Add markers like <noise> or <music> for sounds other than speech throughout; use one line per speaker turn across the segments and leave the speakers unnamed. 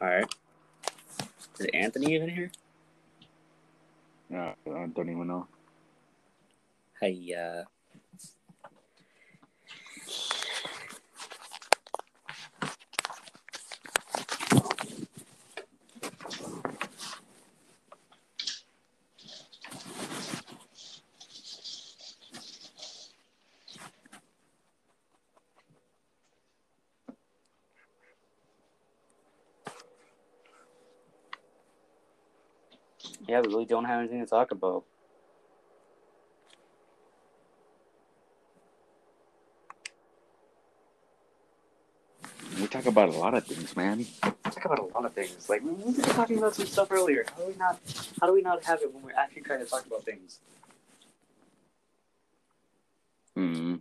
All right. Is Anthony even here?
Yeah, Uh, I don't even know.
Hey, uh, yeah, we really don't have anything to talk about.
We talk about a lot of things, man.
talk about a lot of things. Like we were talking about some stuff earlier. How do we not? How do we not have it when we're actually trying to talk about things?
Mm.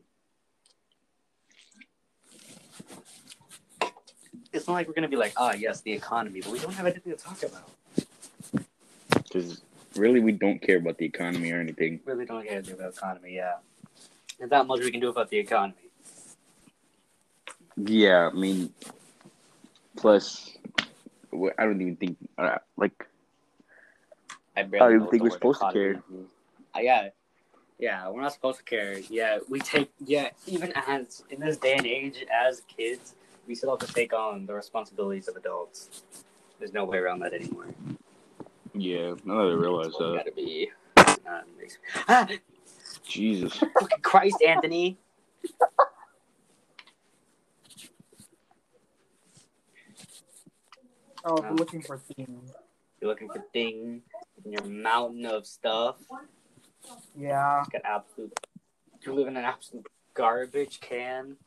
It's not like we're gonna be like, ah, yes, the economy, but we don't have anything to talk about.
Because really, we don't care about the economy or anything.
Really, don't care anything about the economy. Yeah, there's not much we can do about the economy.
Yeah, I mean, plus, we- I don't even think uh, like
I barely
I don't
know what
Oh, think
the
we're
word
supposed to
economy
care.
means. Uh, yeah, yeah, we're not supposed to care. Yeah, we take. Yeah, even as in this day and age, as kids, we still have to take on the responsibilities of adults. There's no way around that anymore.
yeah. Now that I realize
Well, we
that,
gotta be. Um, makes- ah,
Jesus,
fucking Christ, Anthony.
Oh,
Yeah.
we're looking for themes.
You're looking for thing in your mountain of stuff.
Yeah.
Got absolute. You live in an absolute garbage can.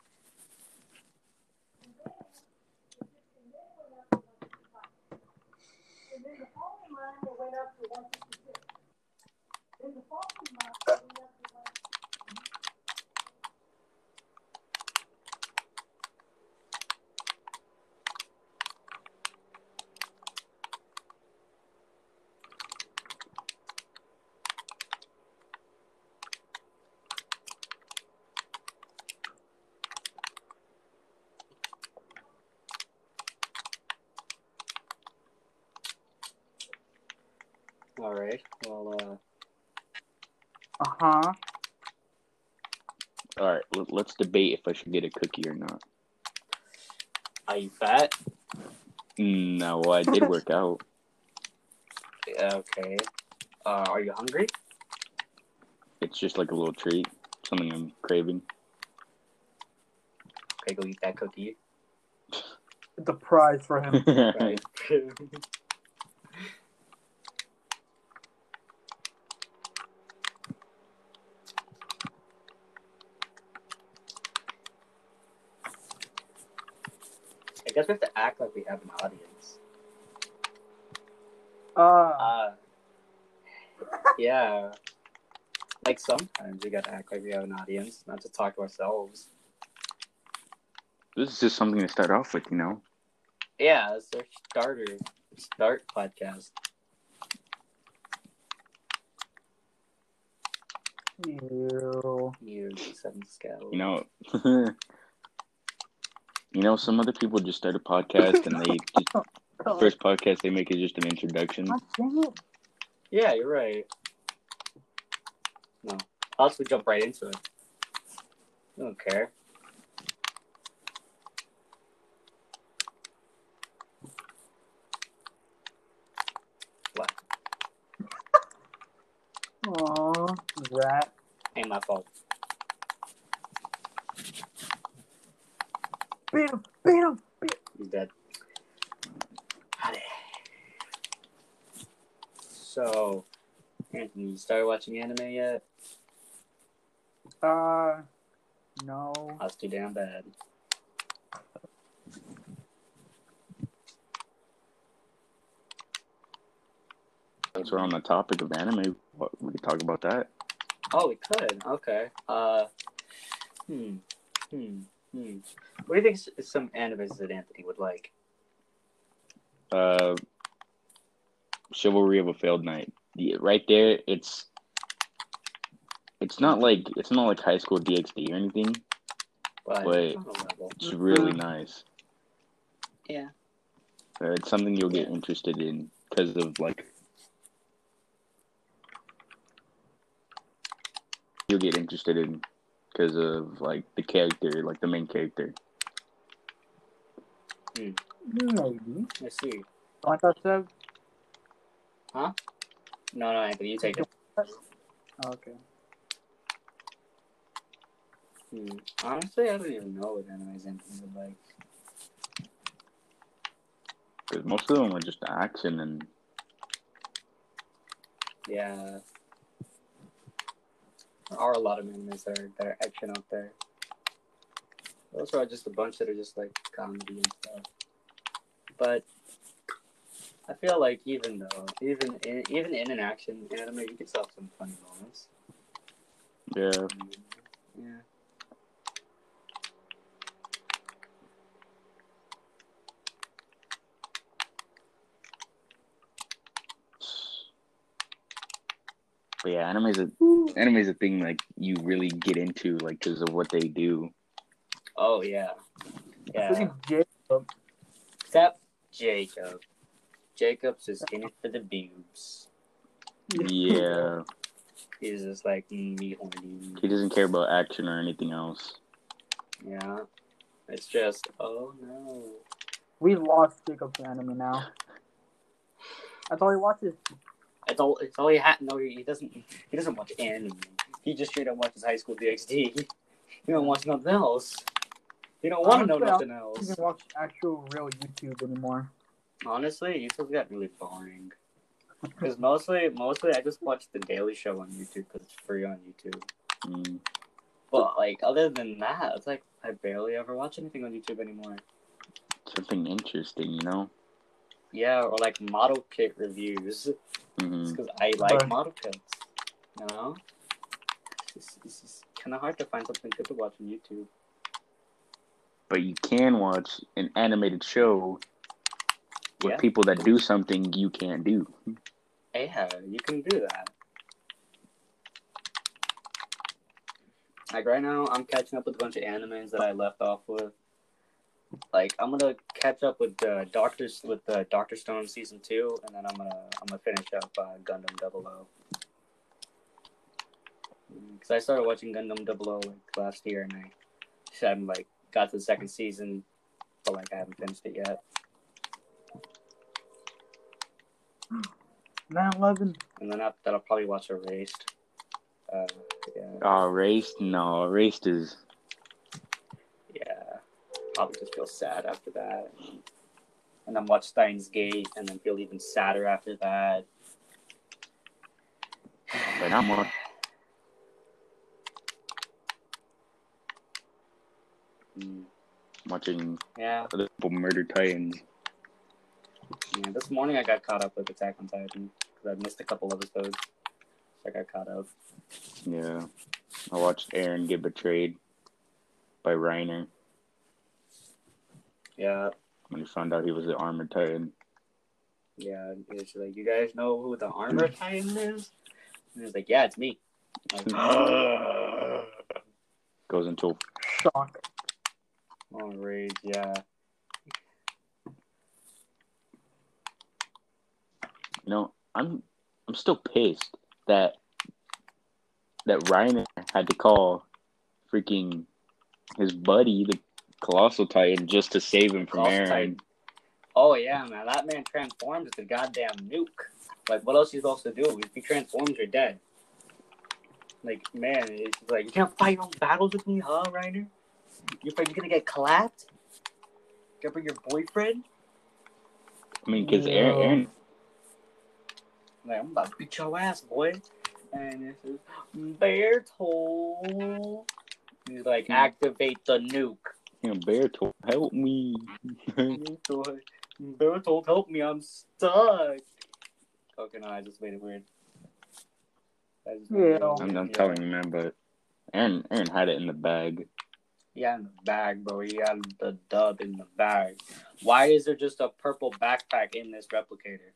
All right. Well, uh,
Uh huh.
all right. Let, let's debate if I should get a cookie or not.
are you fat?
Mm, No, I did work out.
Yeah, okay. Uh, are you hungry?
It's just like a little treat, something I'm craving. <laughs>
Okay, go eat that cookie. <laughs>
It's a prize for him.
Right. I guess we have to act like we have an audience.
Uh,
Uh, yeah. Like sometimes we gotta act like we have an audience, not to talk to ourselves.
this is just something to start off with, you know.
Yeah, it's our starter start podcast.
you.
You seven scale.
You know, <laughs> you know, some other people just start a podcast and they just, the
God
first podcast they make is just an introduction.
dang it.
Yeah, you're right. No. I'll just jump right into it. I don't care. What?
Aw, rat.
Ain't my fault.
Beat him. Beat him.
He's dead. Got it. So, Anthony, you started watching anime yet?
Uh, no.
That's too damn bad.
Since we're on the topic of anime, what, we could talk about that.
Oh, we could. Okay. Uh, hmm, hmm, hmm. What do you think s- some animes that Anthony would like?
Uh, Chivalry of a Failed Knight. Yeah, right there, it's it's not like it's not like High School DxD or anything.
But
Wait.
on a level.
It's really nice.
Mm-hmm. Yeah.
or Uh, it's something you'll get interested in because of like you'll get interested in because of like the character, like the main character.
Maybe. Oh,
I see.
Want us to?
No, no, Anthony, you take it.
Okay.
Hmm. Honestly, I don't even know what animes Anthony would like.
Because most of them are just action and
Yeah. There are a lot of animes that are, that are action out there. Those are just a bunch that are just like comedy and stuff. But I feel like even though even in, even in an action anime, you can still have some funny moments.
yeah.
Yeah.
But yeah, anime's a anime's a thing like you really get into like because of what they do.
Oh yeah. Yeah.
Freaking Jake,
Except Jacob. Jacob's is in it for the boobs.
Yeah,
He's just like mm, me horny.
he doesn't care about action or anything else.
Yeah. It's just, oh no.
We lost Jacob to anime now. That's all he watches.
It's all it's all he had no he doesn't he doesn't watch anime. He just straight up watches high school DxD. He don't watch nothing else. He don't want to know
Honestly, I
nothing
He
else.
doesn't watch actual real YouTube anymore.
Honestly, YouTube got really boring. Because mostly mostly I just watch the Daily Show on YouTube because it's free on YouTube.
Mm.
But like other than that, it's like I barely ever watch anything on YouTube anymore.
Something interesting, you know.
Yeah, or like model kit reviews.
hmm
It's because I like
Right.
model kits. You know? It's, it's, it's kind of hard to find something good to watch on YouTube.
But you can watch an animated show with
Yeah.
people that do something you can't do.
Yeah, you can do that. Like right now, I'm catching up with a bunch of animes that I left off with. Like I'm gonna catch up with uh, Doctors with uh, Doctor Stone season two, and then I'm gonna I'm gonna finish up uh, Gundam Double O. Because I started watching Gundam Double O like last year, and I so I'm like got to the second season, but like I haven't finished it yet.
Nine eleven.
And then after that, I'll probably watch Erased. Uh, yeah.
Oh, raced? No, raced is
Yeah. Probably just feel sad after that. And then watch Steins Gate and then feel even sadder after that.
but not much.
Mm,
Watching
Yeah.
other people murder Titans.
Yeah. This morning I got caught up with Attack on Titan because I missed a couple episodes. So I got caught up.
Yeah, I watched Aaron get betrayed by Reiner
Yeah.
when he found out he was an armored Titan.
Yeah. It's like, you guys know who the Armor Titan is? And he's like, yeah, it's me. I'm like, oh,
Goes into
Shock.
"Oh, rage. Yeah.
you know I'm I'm still pissed that that Reiner had to call freaking his buddy the Colossal Titan just to save him from
Colossal
Aaron.
Titan. Oh yeah, man, that man transforms the goddamn nuke. Like, what else you supposed to do? If he transforms, you're dead. Like, man, it's like you can't fight your own battles with me, huh, Reiner? You're afraid you're gonna get clapped? You're afraid your boyfriend?
I mean, because Aaron,
Yeah.
Aaron
Like, I'm about to beat your ass, boy. And this is Bear Toll. He's like,
Hmm.
activate the nuke.
you know, Bear told help me.
Bear Toll, help me, I'm stuck. Okay, no, I just made it weird. I just made it
Yeah.
weird.
I'm, I'm telling you, man, but Aaron Aaron had it in the bag.
Yeah, in the bag, bro. He had the dub in the bag. Why is there just a purple backpack in this replicator?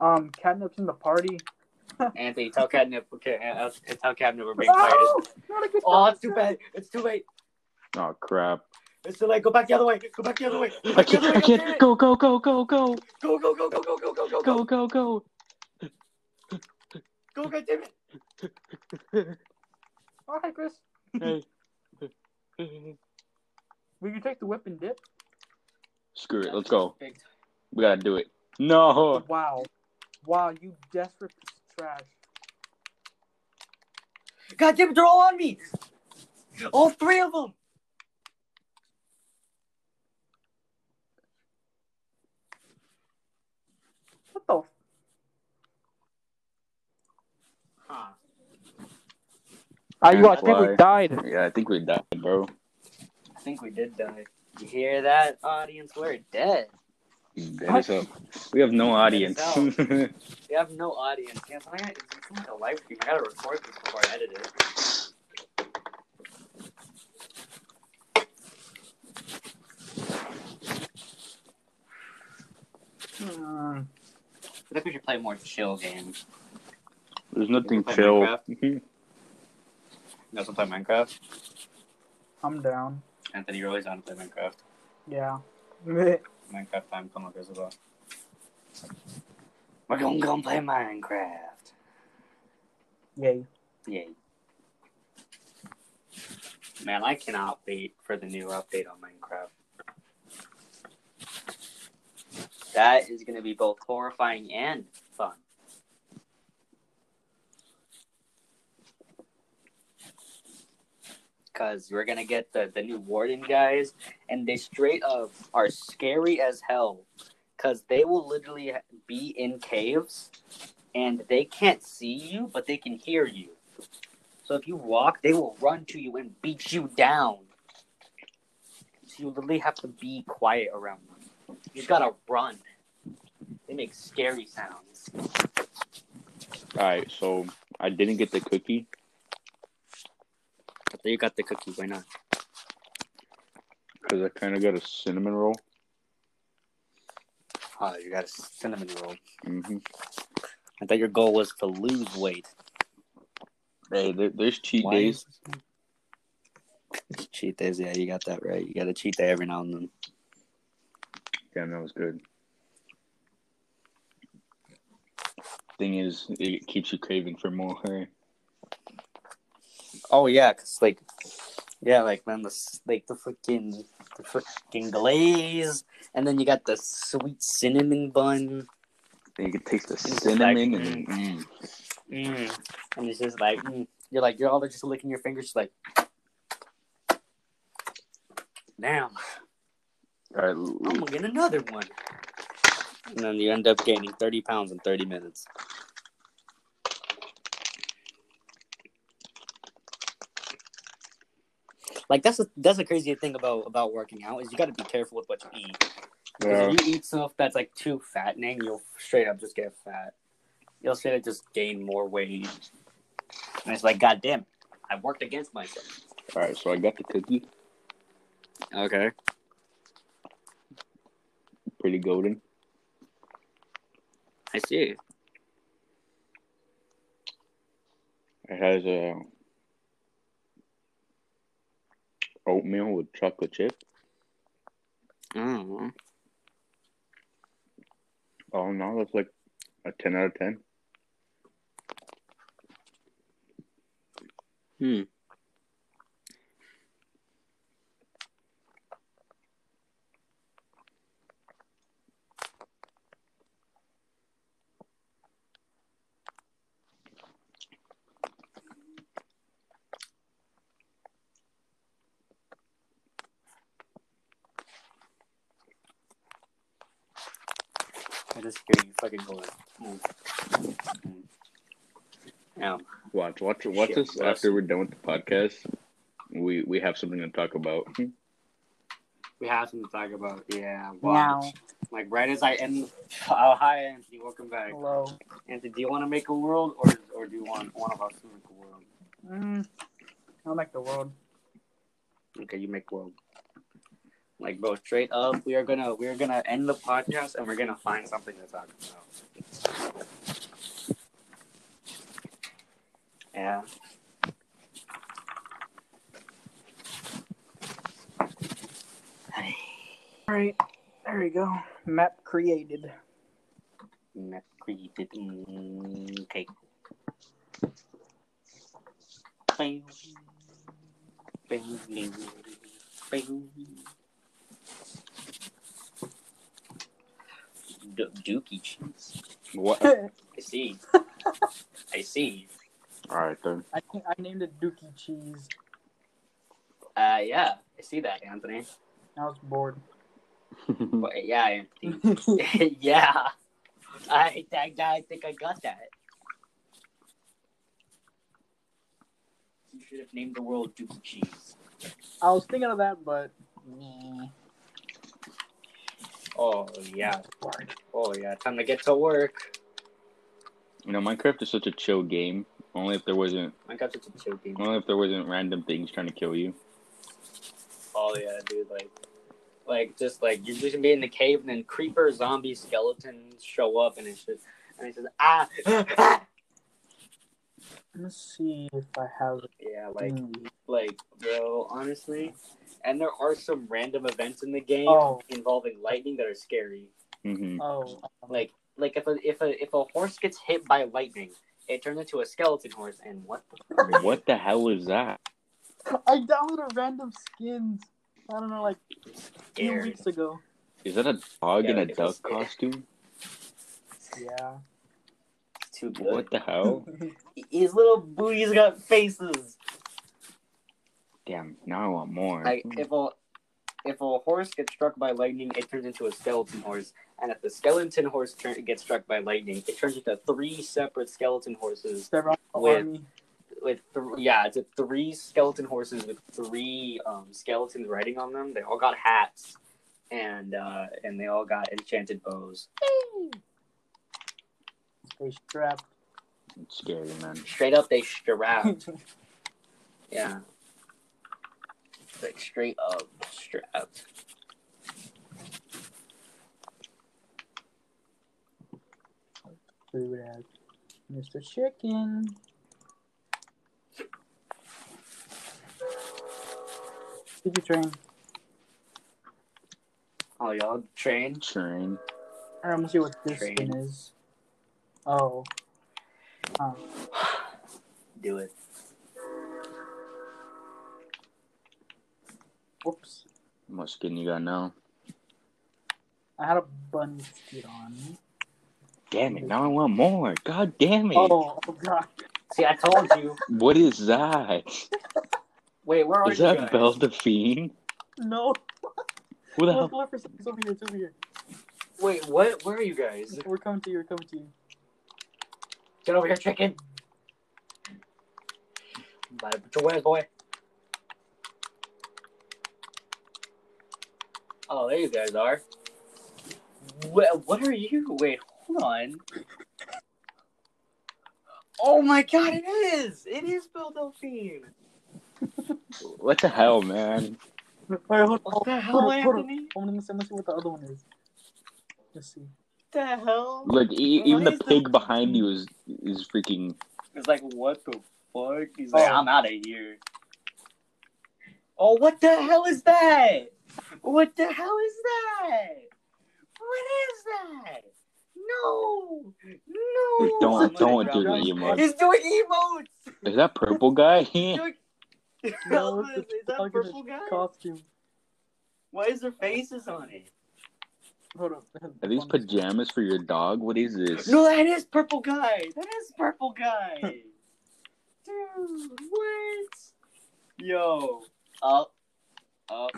Um, catnip's in the party.
Anthony, tell Catnip. Okay, uh, tell Catnip we're being fired.
Oh, not a good
Oh,
time.
it's too bad. It's too late.
Oh crap!
It's the light. Go back the other way. Go back the other way. Go
I
back the
can't.
other way.
I
God damn
can't.
it.
Go, go, go, go, go,
Go, go, go, go, go, go, go, go,
go,
go,
go, go.
go, God damn it.
Oh, hi, Chris.
Hey.
Will you take the whip and dip?
Screw it. Let's go.
Big time.
We gotta do it. No.
Wow. Wow, you desperate piece of trash.
God damn it, they're all on me. All three of them.
What the? F-
Huh.
I,
you- I think we Why?
died.
Yeah, I think we died, bro.
I think we did die. You hear that, audience? We're dead.
Dead as hell. uh, We have no audience.
Dead We have no audience. Yeah, so I got, it's like a live stream. I gotta record this before I edit it.
Hmm,
I think we should play more chill games.
<laughs> There's nothing
Play
chill.
Minecraft? You guys wanna play Minecraft?
I'm down.
Anthony, you're always down to play Minecraft.
Yeah. <laughs>
Minecraft time come up as well. We're gonna go and play Minecraft.
Yay.
Yay. Man, I cannot wait for the new update on Minecraft. That is gonna be both horrifying and fun. Cause we're gonna get the, the new warden guys and they straight up are scary as hell. Cause they will literally be in caves and they can't see you, but they can hear you. So if you walk, they will run to you and beat you down. So you literally have to be quiet around them. You gotta run. They make scary sounds.
<laughs> Alright, so I didn't get the cookie.
I thought you got the cookie. Why not?
Because I kind of got a cinnamon roll.
Oh, you got a cinnamon roll.
hmm
I thought your goal was to lose weight.
Hey, there, there's cheat
Why?
days.
<laughs> Cheat days. Yeah, you got that right. You got to cheat day every now and then.
Damn, that was good. Thing is, it keeps you craving for more. Hey?
Oh yeah, cause like, yeah, like man, the s- like the freaking the freaking glaze, and then you got the sweet cinnamon bun.
Then you can taste the
It's
cinnamon
like,
and mm,
Mm. And it's just like mm. you're like you're all just licking your fingers, just like, damn,
all
I'm
right,
gonna get another one. And then you end up gaining thirty pounds in thirty minutes. Like that's the that's the crazy thing about about working out is you got to be careful with what you eat. 'Cause
yeah.
If you eat stuff that's like too fattening, you'll straight up just get fat. You'll straight up just gain more weight. And it's like, God damn, I worked against myself.
all right, so I got the cookie.
Okay.
Pretty golden.
I see.
It has uh, a oatmeal with chocolate chip.
Mm.
Oh no, that's like a ten out of ten.
Hmm. I just hear you fucking going. Mm. Mm. Um,
Watch, watch, watch
Shit,
us
bless
after
you.
we're done with the podcast. We we have something to talk about.
We have something to talk about. Yeah.
Wow.
Wow. Like right as I end. Oh, hi, Anthony. Welcome back.
Hello.
Anthony, do you want to make a world, or or do you want one of us to make a world?
Mm. I like the world.
Okay, you make world. Like, bro, straight up, we are gonna we are gonna end the podcast, and we're gonna find something to talk about. Yeah.
All right, there we go. Map created. <laughs>
Map created. Mm, Okay. Bing. Bing, bing, bing. Du- Dookie cheese.
What?
I
I <laughs> see. I see.
All right then. <laughs>
think I named it Dookie Cheese.
Uh, yeah, I see that, Anthony.
I was bored. <laughs>
But yeah, Anthony. <laughs> yeah. I, I, I think I got that. You should have named the world Dookie Cheese.
I was thinking of that, but nah.
Oh yeah. Oh yeah. Time to get to work.
you know, Minecraft is such a chill game. Only if there wasn't,
Minecraft's such a chill game.
only if there wasn't random things trying to kill you.
Oh yeah, dude. Like, like just like you're just gonna be in the cave and then creeper, zombie, skeletons show up and it's just and it's just ah.
Let's see if I have.
yeah, like
Hmm.
like bro, honestly. And there are some random events in the game
Oh.
involving lightning that are scary.
<laughs> hmm
Oh,
Like like if a if a if a horse gets hit by lightning, it turns into a skeleton horse and what the frick?
what the hell is that?
I downloaded random skins. I don't know, like two
Scared.
weeks ago.
Is that a dog in
Yeah,
a
it
duck
was-
costume?
Yeah.
Too good.
What the <laughs> hell?
His little booties got faces.
Damn, now I want more.
Like if a if a horse gets struck by lightning, it turns into a skeleton horse, and if the skeleton horse turn, gets struck by lightning, it turns into three separate skeleton horses
Several
With-
army.
with th- yeah, it's a three skeleton horses with three um, skeletons riding on them. They all got hats, and uh, and they all got enchanted bows.
They strapped.
It's scary, man.
Straight up, they strapped. Yeah. Like straight up strapped.
Food as Mr. Chicken. Did you train?
Oh, y'all train?
Train.
Alright, I'm gonna see what this
Train.
skin is. Oh. Huh.
Do it.
Whoops.
What skin you got now?
I had a bunny skin on.
Damn it, now I want more. God damn it.
Oh, oh god.
See, I told you.
What is that?
Wait, where are
Is
you?
that
guys?
Belle the Fiend?
No.
Who the
Look,
hell?
look for something. It's over here. It's over here.
Wait, what? Where are you guys?
We're coming to you. We're coming to you.
Get over here, chicken. Bye, put your way, boy. Oh, there you guys are. What? What are you? Wait, hold on. Oh my God! It is. It is Bill Delphine.
What the hell, man?
Alright, hold
What
on.
the hell,
Hold on, hold on.
Anthony?
I'm gonna see, I'm gonna see what the other one is. Let's see.
What the hell?
Look, e-
What
even the
is
pig
that?
behind you is is freaking.
It's like, what the fuck? He's like,
Oh.
I'm out of here. Oh, what the hell is that? What the hell is that? What is that? No, no.
Don't
Somebody
don't do
grab
the
him.
emote.
He's doing
<laughs>
emotes.
Is that purple guy? <laughs>
He's
yeah,
doing... <laughs>
No,
is,
it's
that
fucking
purple guy?
Costume.
Why is there faces on it?
Hold up.
are these pajamas for your dog? What is this?
No, that is purple guy. That is purple guy. Dude, what? Yo, up, up.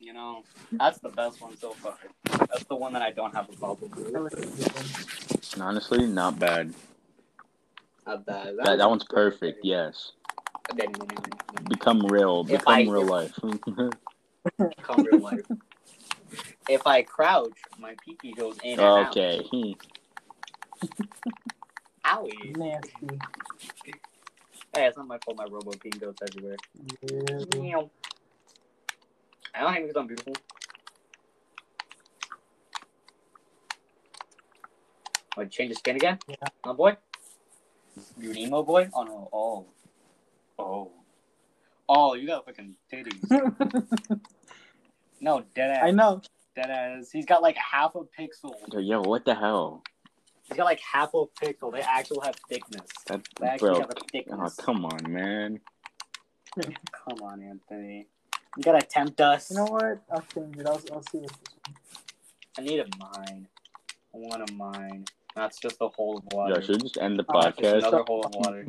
You know, that's the best one so far. That's the one that I don't have a problem with.
Honestly, not bad.
Not bad.
That that one's perfect. Yes,
Then, you know,
become real.
If I-
Become real life. <laughs>
come real life. If I crouch, my pee pee goes in. And out.
okay. <laughs>
Owie.
Nasty.
Hey, it's not my fault. My robo pee goes everywhere.
Yeah.
Meow. I don't think it's on beautiful. Oh, change the skin again?
Yeah.
Oh boy? You an emo boy? Oh no. Oh. Oh. Oh, you got fucking titties. No, dead ass.
<laughs> I know.
Dead ass. He's got like half a pixel.
Yo, yo, what the hell?
He's got like half a pixel. They actually have thickness.
That
They actually
bro.
have a
Oh,
thickness.
come on, man.
come. on, Anthony. You gotta tempt us.
You know what? I'll change it. I'll, I'll see this.
I need a mine. I want a mine. That's just a hole of
Yo,
water.
should we just end the
Oh, that's
Just
podcast?
another hole of water.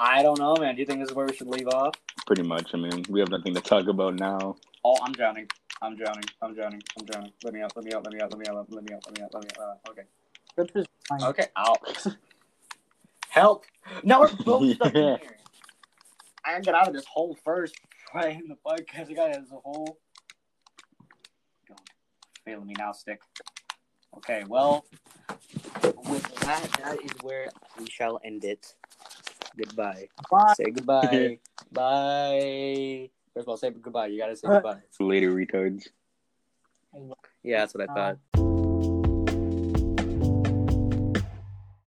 I don't know, man. Do you think this is where we should leave off?
<laughs> Pretty much. I mean, we have nothing to talk about now.
Oh, I'm drowning. I'm drowning. I'm drowning. I'm drowning. Let me out. Let me out. Let me out. Let me out. Let me out. Let me out. Let me out. Let me out. Okay.
That's just fine.
Okay. Out. <laughs> Help! Now we're
<laughs>
both stuck in
Yeah.
here. I gotta get out of this hole first. Right in the podcast, I got out of this hole. Don't fail me now, stick. Okay, well, with that, that is where we shall end it. Goodbye.
Bye.
Say goodbye. Bye. First of all, say goodbye. You gotta say
Uh,
goodbye.
Later, retards.
Yeah, that's what I thought.
Bye.